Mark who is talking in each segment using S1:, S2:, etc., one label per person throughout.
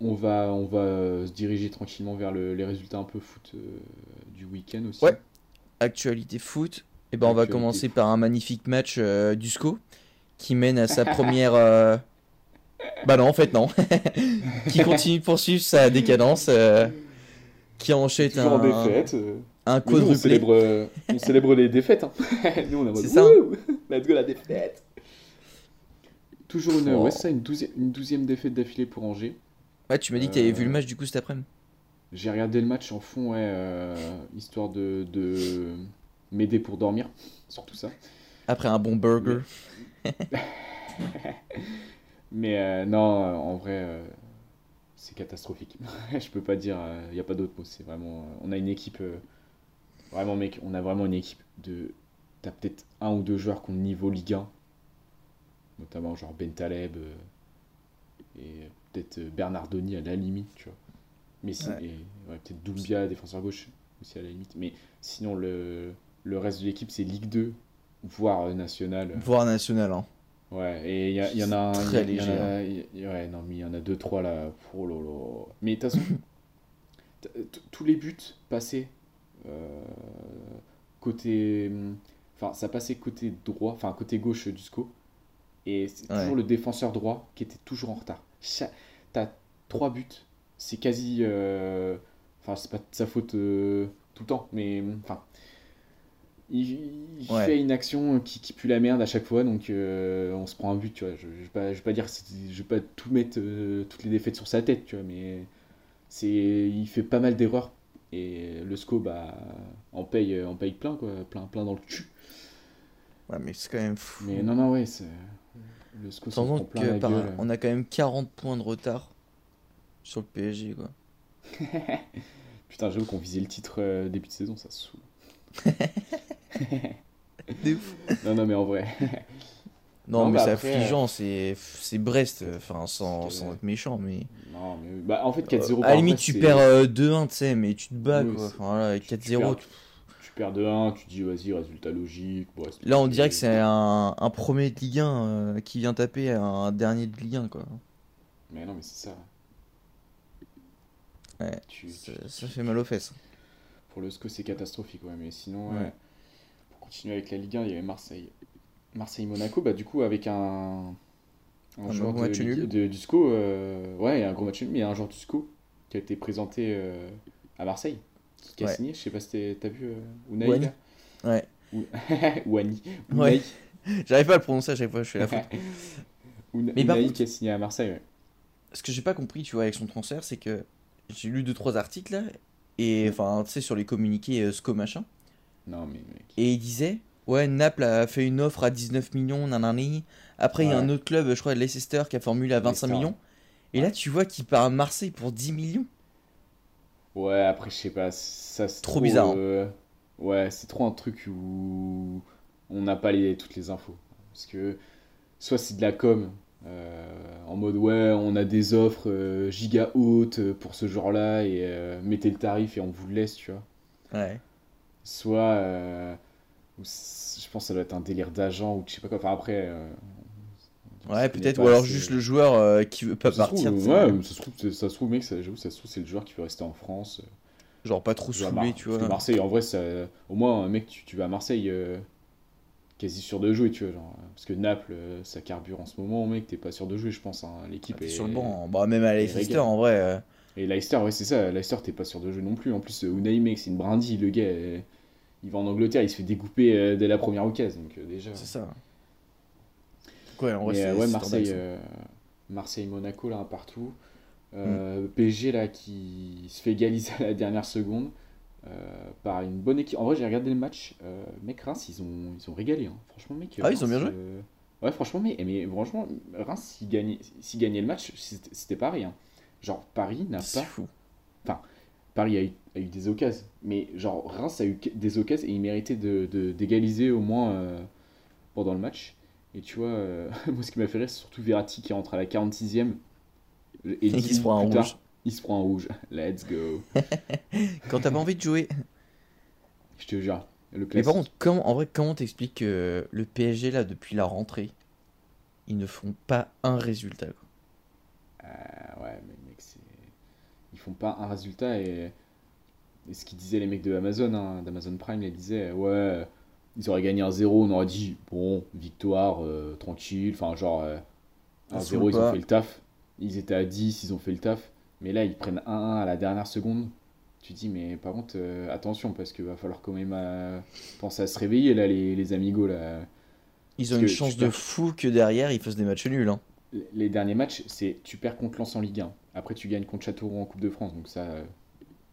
S1: On va, on va euh, se diriger tranquillement vers le- les résultats un peu foot euh, du week-end aussi.
S2: Ouais. Actualité foot, et ben on va
S1: Actualité
S2: commencer
S1: foot.
S2: par un magnifique match euh, du SCO qui mène à sa première. euh, Bah non, en fait non. qui continue de poursuivre sa décadence, euh, qui enchaîne
S1: Toujours en
S2: un,
S1: défaite. euh,
S2: un
S1: mais nous, on
S2: quadruplé.
S1: célèbre, euh, on célèbre les défaites. hein. nous, on a
S2: C'est ça.
S1: Let's go la défaite. Toujours une,
S2: Oh.
S1: ouais, c'est ça, une, douzième, une douzième défaite d'affilée pour Angers.
S2: Ouais, tu m'as dit que t'avais
S1: Euh,
S2: vu le match du coup cet après-midi.
S1: J'ai regardé le match en fond, ouais, euh, histoire de, de m'aider pour dormir, surtout ça.
S2: Après un bon burger.
S1: Mais euh, non, euh, en vrai, euh, c'est catastrophique. Je peux pas dire, il n'y a pas d'autre mot. C'est vraiment, euh, on a une équipe, euh, vraiment mec, on a vraiment une équipe de, t'as peut-être un ou deux joueurs qui ont le niveau Ligue 1, notamment genre Bentaleb euh, et peut-être euh, Bernardoni à la limite, tu vois. Mais si,
S2: Ouais.
S1: et, ouais, peut-être Doumbia, défenseur gauche aussi à la limite. Mais sinon, le, le reste de l'équipe, c'est Ligue 2, voire euh, nationale.
S2: Voire national, hein.
S1: Ouais, et il y, a- il y en a un. il y
S2: Très
S1: a- il y en
S2: léger, hein.
S1: a- il y- ouais, non, mais il y en a deux, trois là. Oh là là. Mais de toute façon, t- t- tous les buts passaient euh, côté. hmm, Enfin, ça passait côté droit, enfin côté gauche du SCO. Et c'est
S2: Ouais.
S1: toujours le défenseur droit qui était toujours en retard. Cha- T'as trois buts, c'est quasi. euh, Enfin, c'est pas de sa faute euh, tout le temps, mais enfin. Il, il
S2: Ouais.
S1: fait une action qui, qui pue la merde à chaque fois, donc euh, on se prend un but, tu vois. Je, je vais pas, je vais pas dire, que c'est- je vais pas tout mettre, euh, toutes les défaites sur sa tête, tu vois, mais c'est, il fait pas mal d'erreurs et le SCO, bah, en paye, euh, en paye plein, quoi, plein, plein dans le cul.
S2: Ouais, mais c'est quand même fou.
S1: Mais non, non, ouais, c'est, le SCO s'en
S2: Sachant
S1: prend plein
S2: que
S1: la
S2: par-
S1: gueule.
S2: on a quand même 40 points de retard sur le PSG, quoi.
S1: Putain, j'avoue qu'on visait le titre euh, début de saison, ça saoule.
S2: De ouf.
S1: Non, non, mais en vrai,
S2: Non,
S1: Non,
S2: mais
S1: bah
S2: c'est
S1: après,
S2: affligeant, c'est c'est Brest, euh, enfin sans,
S1: C'est-
S2: sans être méchant, mais.
S1: non, mais bah, en fait, 4-0
S2: à
S1: par
S2: la limite,
S1: après,
S2: tu
S1: c'est-
S2: perds euh, 2-1, tu sais, mais tu te bats,
S1: Oui,
S2: quoi.
S1: c'est-
S2: Enfin, voilà,
S1: tu- tu
S2: 4-0.
S1: perds- Tu perds de 1, tu te dis vas-y, résultat logique. bon,
S2: tu- Là, on dirait que c'est un, un premier de Ligue 1 euh, qui vient taper un dernier de Ligue 1, quoi.
S1: Mais non, mais c'est ça.
S2: Ouais,
S1: Tu-
S2: Ça,
S1: tu-
S2: ça fait mal aux fesses.
S1: Pour le SCO, c'est catastrophique, ouais, mais sinon, ouais.
S2: Ouais.
S1: pour continuer avec la Ligue 1, il y avait Marseille. Marseille-Monaco, bah, du coup, avec un, un
S2: Un
S1: joueur
S2: gros
S1: de,
S2: match
S1: Ligue-
S2: nul.
S1: de- du SCO, euh, ouais, il y a un gros match nul, mais il y a un joueur du SCO qui a été présenté euh, à Marseille, qui, qui a
S2: Ouais.
S1: signé, je sais pas si t'es- t'as vu, euh, Unai,
S2: Ouani.
S1: là
S2: Ouais.
S1: Ou- Ouani. Unai.
S2: Ouais. J'arrive pas à le prononcer à chaque fois, je fais la faute.
S1: Una-
S2: Mais par
S1: Unai
S2: contre-
S1: qui a signé à Marseille, ouais.
S2: Ce que j'ai pas compris, tu vois, avec son transfert, c'est que j'ai lu 2-3 articles, là, et enfin, tu sais, sur les communiqués euh, SCO machin.
S1: Non, mais mec.
S2: Et il disait, ouais, Naples a fait une offre à 19 millions, nanani. Après, il y a
S1: Ouais.
S2: un autre club, je crois, Leicester, qui a formulé à 25
S1: Leicester,
S2: millions. Et là, tu vois qu'il part à Marseille pour 10 millions.
S1: Ouais, après, je sais pas, ça c'est
S2: Trop bizarre, hein.
S1: euh, Ouais, c'est trop un truc où on n'a pas les, toutes les infos. Parce que soit c'est de la com, euh, en mode ouais, on a des offres euh, giga hautes pour ce genre-là, et euh, mettez le tarif et on vous le laisse, tu vois.
S2: Ouais.
S1: Soit, euh, ou c- je pense que ça doit être un délire d'agent, ou je sais pas quoi. Enfin, après, euh, on
S2: Ouais,
S1: se connaît
S2: peut-être.
S1: pas
S2: Ou alors
S1: assez.
S2: juste le joueur euh, qui veut pas
S1: Ça se trouve,
S2: partir. tu sais.
S1: ouais, mais ça se trouve, c'est- ça se trouve, mec, ça, j'avoue, ça se trouve, c'est le joueur qui veut rester en France. euh.
S2: Genre pas trop
S1: Tu vas à
S2: saoulé,
S1: Mar-
S2: tu
S1: parce que
S2: vois.
S1: Marseille, en vrai, ça, au moins, un mec, tu, tu vas à Marseille euh, quasi sûr de jouer, tu vois. genre, parce que Naples, euh, ça carbure en ce moment, mec, t'es pas sûr de jouer, je pense. hein. L'équipe
S2: T'es
S1: est.
S2: sur le banc. Bah, même à
S1: et
S2: Leicester,
S1: régale.
S2: en vrai. euh,
S1: Et Leicester, ouais, c'est ça. Leicester, t'es pas sûr de jouer non plus. En plus, euh, Unai, mec, c'est une brindille, le gars. euh, il va en Angleterre, il se fait découper euh, dès la première occasion. Donc, euh, déjà.
S2: C'est ça. hein. Donc, Ouais, en vrai,
S1: Mais,
S2: c'est
S1: euh, ouais,
S2: c'est
S1: Marseille,
S2: tendance.
S1: euh, Marseille-Monaco, là, un partout. Euh,
S2: Mm.
S1: PSG, là, qui se fait égaliser à la dernière seconde euh, par une bonne équipe. En vrai, j'ai regardé le match. euh, mec, Reims, ils ont, ils ont régalé. hein. Franchement, mec.
S2: Ah, ils ont bien
S1: Reims,
S2: joué.
S1: euh, Ouais, franchement, mais, mais franchement, Reims, s'ils gagnaient, s'ils gagnaient le match, c'était c'était Paris. hein. Genre, Paris n'a
S2: C'est
S1: pas.
S2: fou.
S1: Paris a eu, a eu des occasions. Mais, genre, Reims a eu que- des occasions et il méritait de- de- d'égaliser au moins euh, pendant le match. Et tu vois, euh, moi, ce qui m'a fait rire, c'est surtout Verratti qui rentre à la 46e. Et,
S2: Et qui
S1: 10
S2: se prend
S1: minutes
S2: un
S1: plus
S2: rouge.
S1: tard, Il se prend un rouge. Let's go.
S2: Quand t'as pas envie de jouer.
S1: Je te jure. Le
S2: Mais
S1: classique.
S2: par contre, comment, en vrai, comment t'expliques que le PSG, là, depuis la rentrée, ils ne font pas un résultat quoi
S1: Ah ouais, mais mec, c'est. ils font pas un résultat. Et, et ce qu'ils disaient les mecs de Amazon, hein, d'Amazon Prime, ils disaient ouais, ils auraient gagné un 0, on aurait dit bon, victoire, euh, tranquille, enfin genre euh, un
S2: On
S1: 0,
S2: saoule
S1: ils ont
S2: pas.
S1: fait le taf. Ils étaient à 10, ils ont fait le taf. Mais là, ils prennent 1-1 à la dernière seconde. Tu te dis, mais par contre, euh, attention, parce qu'il va falloir quand même euh, penser à se réveiller, là, les, les amigos. Là.
S2: Ils
S1: Parce
S2: ont une
S1: que
S2: chance
S1: tu
S2: de
S1: perds-
S2: fou que derrière ils fassent des matchs nuls. hein.
S1: Les derniers matchs, c'est tu perds contre Lens en Ligue 1. Après, tu gagnes contre Châteauroux en Coupe de France. Donc, ça, euh,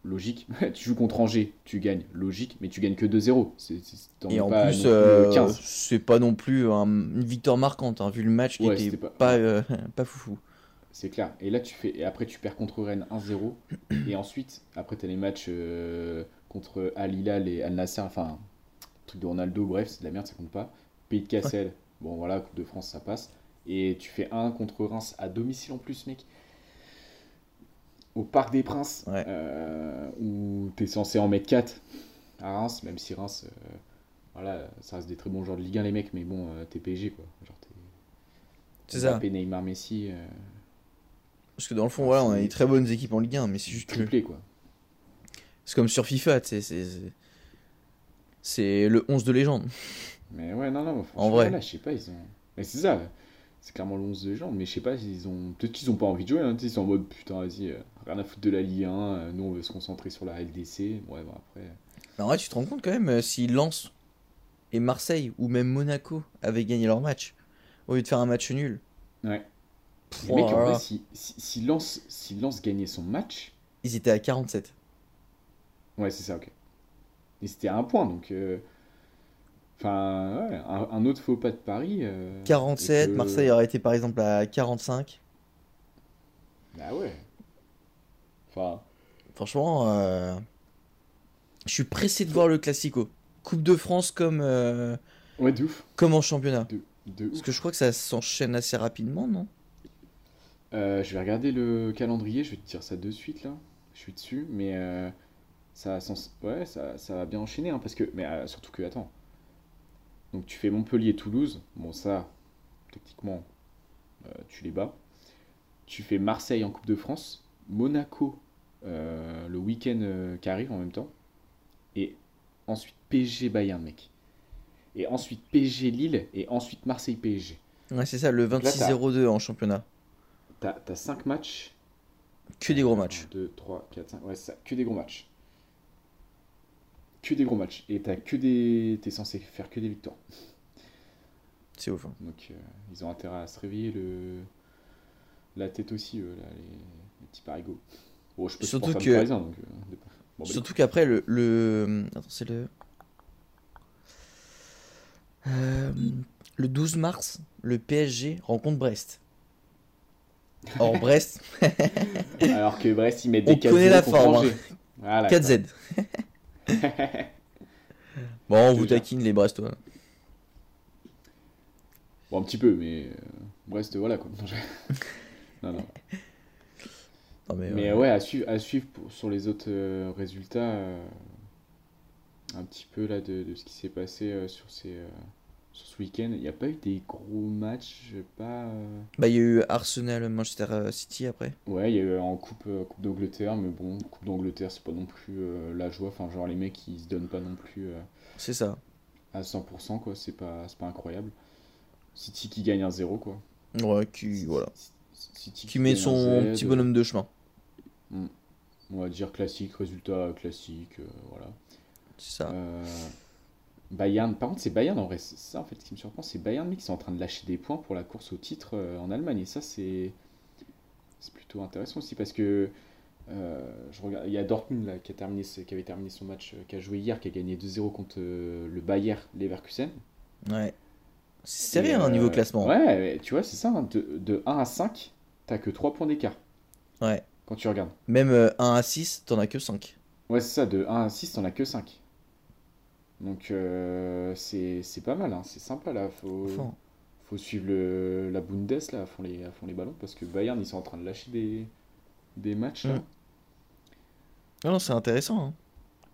S1: logique. tu joues contre Angers, tu gagnes, logique. Mais tu gagnes que 2-0. C'est- c'est- t'en
S2: Et
S1: mets
S2: en
S1: pas
S2: plus,
S1: non plus,
S2: euh,
S1: 15.
S2: c'est pas non plus un- une victoire marquante, hein, vu le match qui
S1: Ouais,
S2: était
S1: c'était pas-
S2: pas, euh, pas foufou.
S1: C'est clair. Et là, tu fais. Et après, tu perds contre Rennes 1-0. Et ensuite, après, tu as les matchs euh, contre Al Hilal et Al Nasser. Enfin, truc de Ronaldo, bref, c'est de la merde, ça compte pas. Pays de Cassel. Bon, voilà, Coupe de France, ça passe. Et tu fais 1 contre Reims à domicile en plus, mec. Au Parc des Princes,
S2: Ouais.
S1: euh, où tu es censé en mettre 4 à Reims, même si Reims, euh, voilà, ça reste des très bons joueurs de Ligue 1, les mecs, mais bon, euh, t'es PSG, quoi. Genre, t'es-
S2: C'est ça.
S1: Mbappé, Neymar, Messi. euh,
S2: Parce que dans le fond, voilà, on a
S1: C'est-
S2: des très bonnes équipes en Ligue 1, mais c'est juste que-
S1: triplé quoi.
S2: C'est comme sur FIFA, tu sais, c'est. c'est- C'est le 11 de légende.
S1: Mais ouais, non, non, franchement,
S2: En vrai.
S1: là, je sais pas, ils ont. Mais c'est ça, c'est clairement le 11 de gens, mais je sais pas, ils ont. Peut-être qu'ils ont pas envie de jouer, hein, tu sais, ils sont en mode putain, vas-y, euh, rien à foutre de la Ligue 1, euh, nous on veut se concentrer sur la LDC. Ouais, bon, après.
S2: Mais Bah, en vrai, tu te rends compte quand même, euh, si Lens et Marseille ou même Monaco avaient gagné leur match, au lieu de faire un match nul.
S1: Ouais.
S2: pff,
S1: Les mecs,
S2: oh
S1: en
S2: là
S1: vrai,
S2: là,
S1: si, si, si Lens, si Lens gagnait son match,
S2: Ils étaient à 47.
S1: ouais, c'est ça, ok. Et c'était à un point, donc. euh, Enfin, ouais, un, un autre faux pas de Paris. euh, et
S2: 47,
S1: que-
S2: Marseille aurait été par exemple à 45.
S1: Bah ouais. Enfin,
S2: Franchement, euh, je suis pressé de voir le Classico. Coupe de France comme, euh,
S1: ouais, de ouf.
S2: comme en championnat.
S1: De, de ouf.
S2: Parce que je crois que ça s'enchaîne assez rapidement, non
S1: Euh, je vais regarder le calendrier, je vais te dire ça de suite là. Je suis dessus, mais euh, ça, a sens- ouais, ça, ça va bien enchaîner. hein, parce que... Mais euh, surtout que, attends. Donc tu fais Montpellier-Toulouse. Bon, ça, techniquement, euh, tu les bats. Tu fais Marseille en Coupe de France. Monaco euh, le week-end euh, qui arrive en même temps. Et ensuite PSG-Bayern, mec. Et ensuite PSG-Lille. Et ensuite Marseille-PSG.
S2: Ouais, c'est ça, le
S1: là, t'as-
S2: 26-02 en championnat.
S1: T'as t'as cinq matchs.
S2: Que des gros matchs.
S1: 2, 3, 4, 5. Ouais, c'est ça. Que des gros matchs. Que des gros matchs. Et t'as que des. T'es censé faire que des victoires.
S2: C'est ouf. hein.
S1: Donc euh, ils ont intérêt à se réveiller le. La tête aussi, eux, là, les, les petits parigots. Bon, je peux
S2: Surtout
S1: supporter
S2: que-
S1: le Parisien, donc. euh, de- bon, bah,
S2: Surtout qu'après, le, le. Attends, c'est le. Euh, le 12 mars, le PSG rencontre Brest. Or, Brest,
S1: Alors que Brest, ils mettent
S2: On
S1: des 4
S2: connaît la forme, hein. 4Z. Bon,
S1: Je
S2: on vous
S1: te jure.
S2: taquine les Brestois.
S1: Bon, un petit peu, mais. euh, Brest, voilà, quoi. Non, je- non, non.
S2: Non, mais, euh,
S1: Mais
S2: ouais.
S1: ouais, à suivre, à suivre pour- sur les autres euh, résultats, euh, un petit peu là de, de ce qui s'est passé euh, sur ces, euh, sur ce week-end. Il n'y a pas eu des gros matchs, je sais pas. euh,
S2: Bah, il y a eu Arsenal, Manchester euh, City après.
S1: Ouais, il y a eu en coupe, euh, coupe d'Angleterre, mais bon, coupe d'Angleterre, c'est pas non plus euh, la joie. Enfin, genre les mecs, ils se donnent pas non plus euh,
S2: C'est ça.
S1: à 100%, quoi. C'est pas, c'est pas incroyable. City qui gagne 1-0, quoi.
S2: Ouais, qui, voilà.
S1: City
S2: qui met
S1: gagne
S2: son
S1: 1-Z,
S2: petit bonhomme de chemin.
S1: On va dire classique, résultat classique, euh, voilà.
S2: C'est ça.
S1: Euh, Bayern, par contre, c'est Bayern en vrai, c'est ça en fait qui me surprend, c'est Bayern mais qui sont en train de lâcher des points pour la course au titre euh, en Allemagne et ça c'est c'est plutôt intéressant aussi parce que euh, je regarde, il y a Dortmund là, qui a terminé ce- qui avait terminé son match euh, qui a joué hier qui a gagné 2-0 contre euh, le Bayer Leverkusen.
S2: Ouais. C'est sérieux,
S1: Et,
S2: hein, niveau
S1: euh,
S2: classement.
S1: Ouais, mais tu vois, c'est ça hein, de, de 1 à 5, t'as que 3 points d'écart
S2: Ouais.
S1: quand tu regardes.
S2: Même euh, 1 à 6, t'en as que 5.
S1: Ouais, c'est ça, de 1 à 6, t'en as que 5. Donc euh, c'est c'est pas mal, hein, c'est sympa là, faut faut suivre le, la Bundes là, à fond, les, à fond les ballons, parce que Bayern, ils sont en train de lâcher des, des matchs là.
S2: Mm. Non, non, c'est intéressant. hein.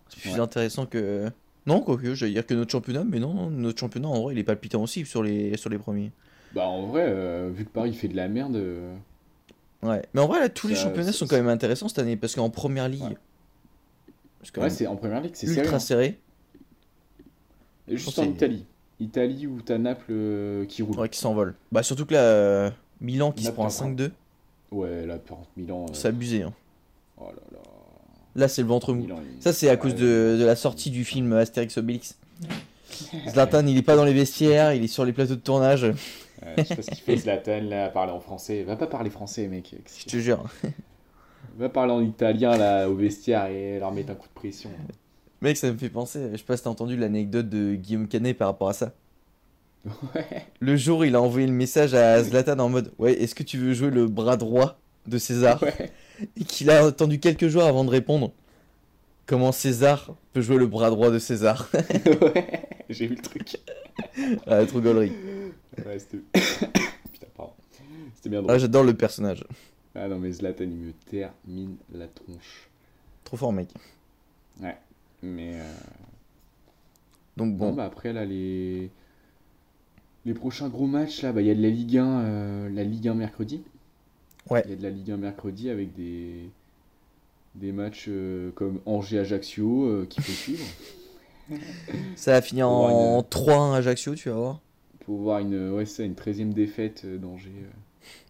S2: C'est plus
S1: Ouais.
S2: intéressant que. euh, Non, quoique, j'allais dire que notre championnat, mais non, non, notre championnat, en vrai, il est palpitant aussi sur les, sur les premiers.
S1: Bah en vrai, euh, vu que Paris fait de la merde, euh,
S2: Ouais. Mais en vrai, là, tous les
S1: Ça,
S2: championnats
S1: c'est-
S2: sont quand même intéressants cette année parce qu'en première ligue,
S1: Ouais.
S2: c'est quand
S1: Ouais,
S2: même
S1: c'est en première ligue, c'est sérieux.
S2: ultra
S1: hein.
S2: serré.
S1: Et Juste en
S2: c'est-
S1: Italie. Italie où t'as Naples euh, qui roule.
S2: Ouais, qui s'envole. Bah, surtout que là, euh, Milan qui se
S1: Naples,
S2: prend un
S1: hein.
S2: 5-2,
S1: Ouais, là, par contre, Milan. euh,
S2: c'est abusé. hein.
S1: Oh là là.
S2: Là, c'est le ventre mou.
S1: Milan, il-
S2: Ça, c'est à
S1: Ouais,
S2: cause de, de la sortie du film Astérix Obélix. Zlatan, il est pas dans les vestiaires, il est sur les plateaux de tournage,
S1: ouais, je sais pas ce qu'il fait Zlatan là, à parler en français. Va pas parler français, mec.
S2: je te jure.
S1: Va parler en italien là, au vestiaire et leur mettre un coup de pression.
S2: Mec, ça me fait penser, je sais pas si t'as entendu l'anecdote de Guillaume Canet par rapport à ça.
S1: Ouais.
S2: Le jour, il a envoyé le message à Zlatan en mode Ouais, est-ce que tu veux jouer le bras droit de César
S1: Ouais.
S2: Et qu'il a attendu quelques jours avant de répondre Comment César peut jouer le bras droit de César
S1: ouais. J'ai vu le truc.
S2: Ah, trop gaulerie.
S1: Ouais, c'était. Putain, pardon. C'était bien
S2: Ah,
S1: drôle.
S2: j'adore le personnage.
S1: Ah non, mais Zlatan, il me termine la tronche.
S2: Trop fort, mec.
S1: Mais. euh,
S2: Donc
S1: Bon,
S2: bon,
S1: bah après, là, les... les prochains gros matchs, là, bah, il y a de la Ligue 1, euh, la Ligue 1 mercredi.
S2: Ouais.
S1: Il y a de la Ligue 1 mercredi avec des, des matchs euh, comme Angers-Ajaccio euh, qu'il faut suivre
S2: ça a fini en 3-1 Ajaccio, tu vas voir,
S1: pour voir une, ouais, c'est ça, une 13e défaite euh, d'Angers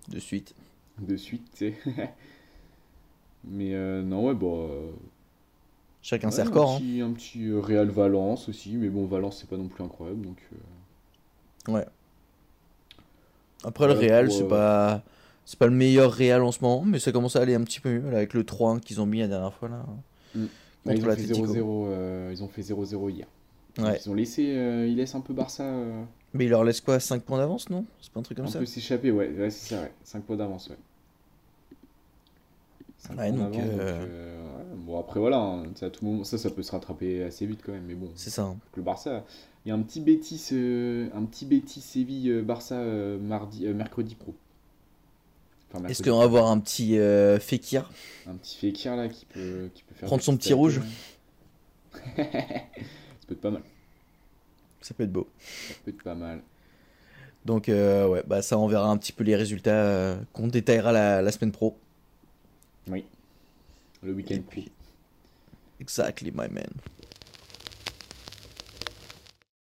S2: de suite.
S1: euh, de suite, tu sais. Mais euh, non, ouais, bon. euh,
S2: Chacun
S1: ouais,
S2: ses records.
S1: un
S2: hein.
S1: petit, un petit euh, Real Valence aussi, mais bon, Valence, c'est pas non plus incroyable, donc. euh,
S2: Après, le
S1: Ouais,
S2: Real,
S1: pour,
S2: c'est
S1: euh,
S2: pas. C'est pas le meilleur Real en ce moment, mais ça commence à aller un petit peu mieux là, avec le 3-1 qu'ils ont mis la dernière fois là.
S1: Mm. Ouais, ils,
S2: Contre
S1: ont fait
S2: l'Atlético.
S1: 0-0, euh, ils ont fait 0-0 hier.
S2: Ouais.
S1: Ils ont laissé, euh, ils laissent un peu Barça euh,
S2: Mais il leur laisse quoi 5 points d'avance, non C'est pas un truc comme
S1: un
S2: ça
S1: peu s'échapper, ouais, ouais, c'est ça, ouais. 5 points d'avance, ouais. Cinq
S2: Ouais,
S1: points
S2: donc,
S1: d'avance,
S2: euh,
S1: ouais. Bon, après, voilà, hein, ça, à tout moment, ça, ça peut se rattraper assez vite quand même, mais bon,
S2: C'est ça. hein.
S1: le Barça, il y a un petit Bétis, euh, un petit Bétis Séville-Barça mardi, euh, mercredi pro. Enfin,
S2: Est-ce
S1: mercredi.
S2: qu'on va avoir un petit euh, Fekir
S1: Un petit Fekir, là, qui peut, qui peut faire...
S2: Prendre
S1: des
S2: son
S1: petites
S2: petit rouge.
S1: tacles, ouais. ça peut être pas mal,
S2: Ça peut être beau.
S1: ça peut être pas mal.
S2: Donc, euh, ouais, bah ça, on verra un petit peu les résultats euh, qu'on détaillera la, la semaine pro.
S1: Le week-end
S2: Et
S1: pro.
S2: puis. Exactly, my man.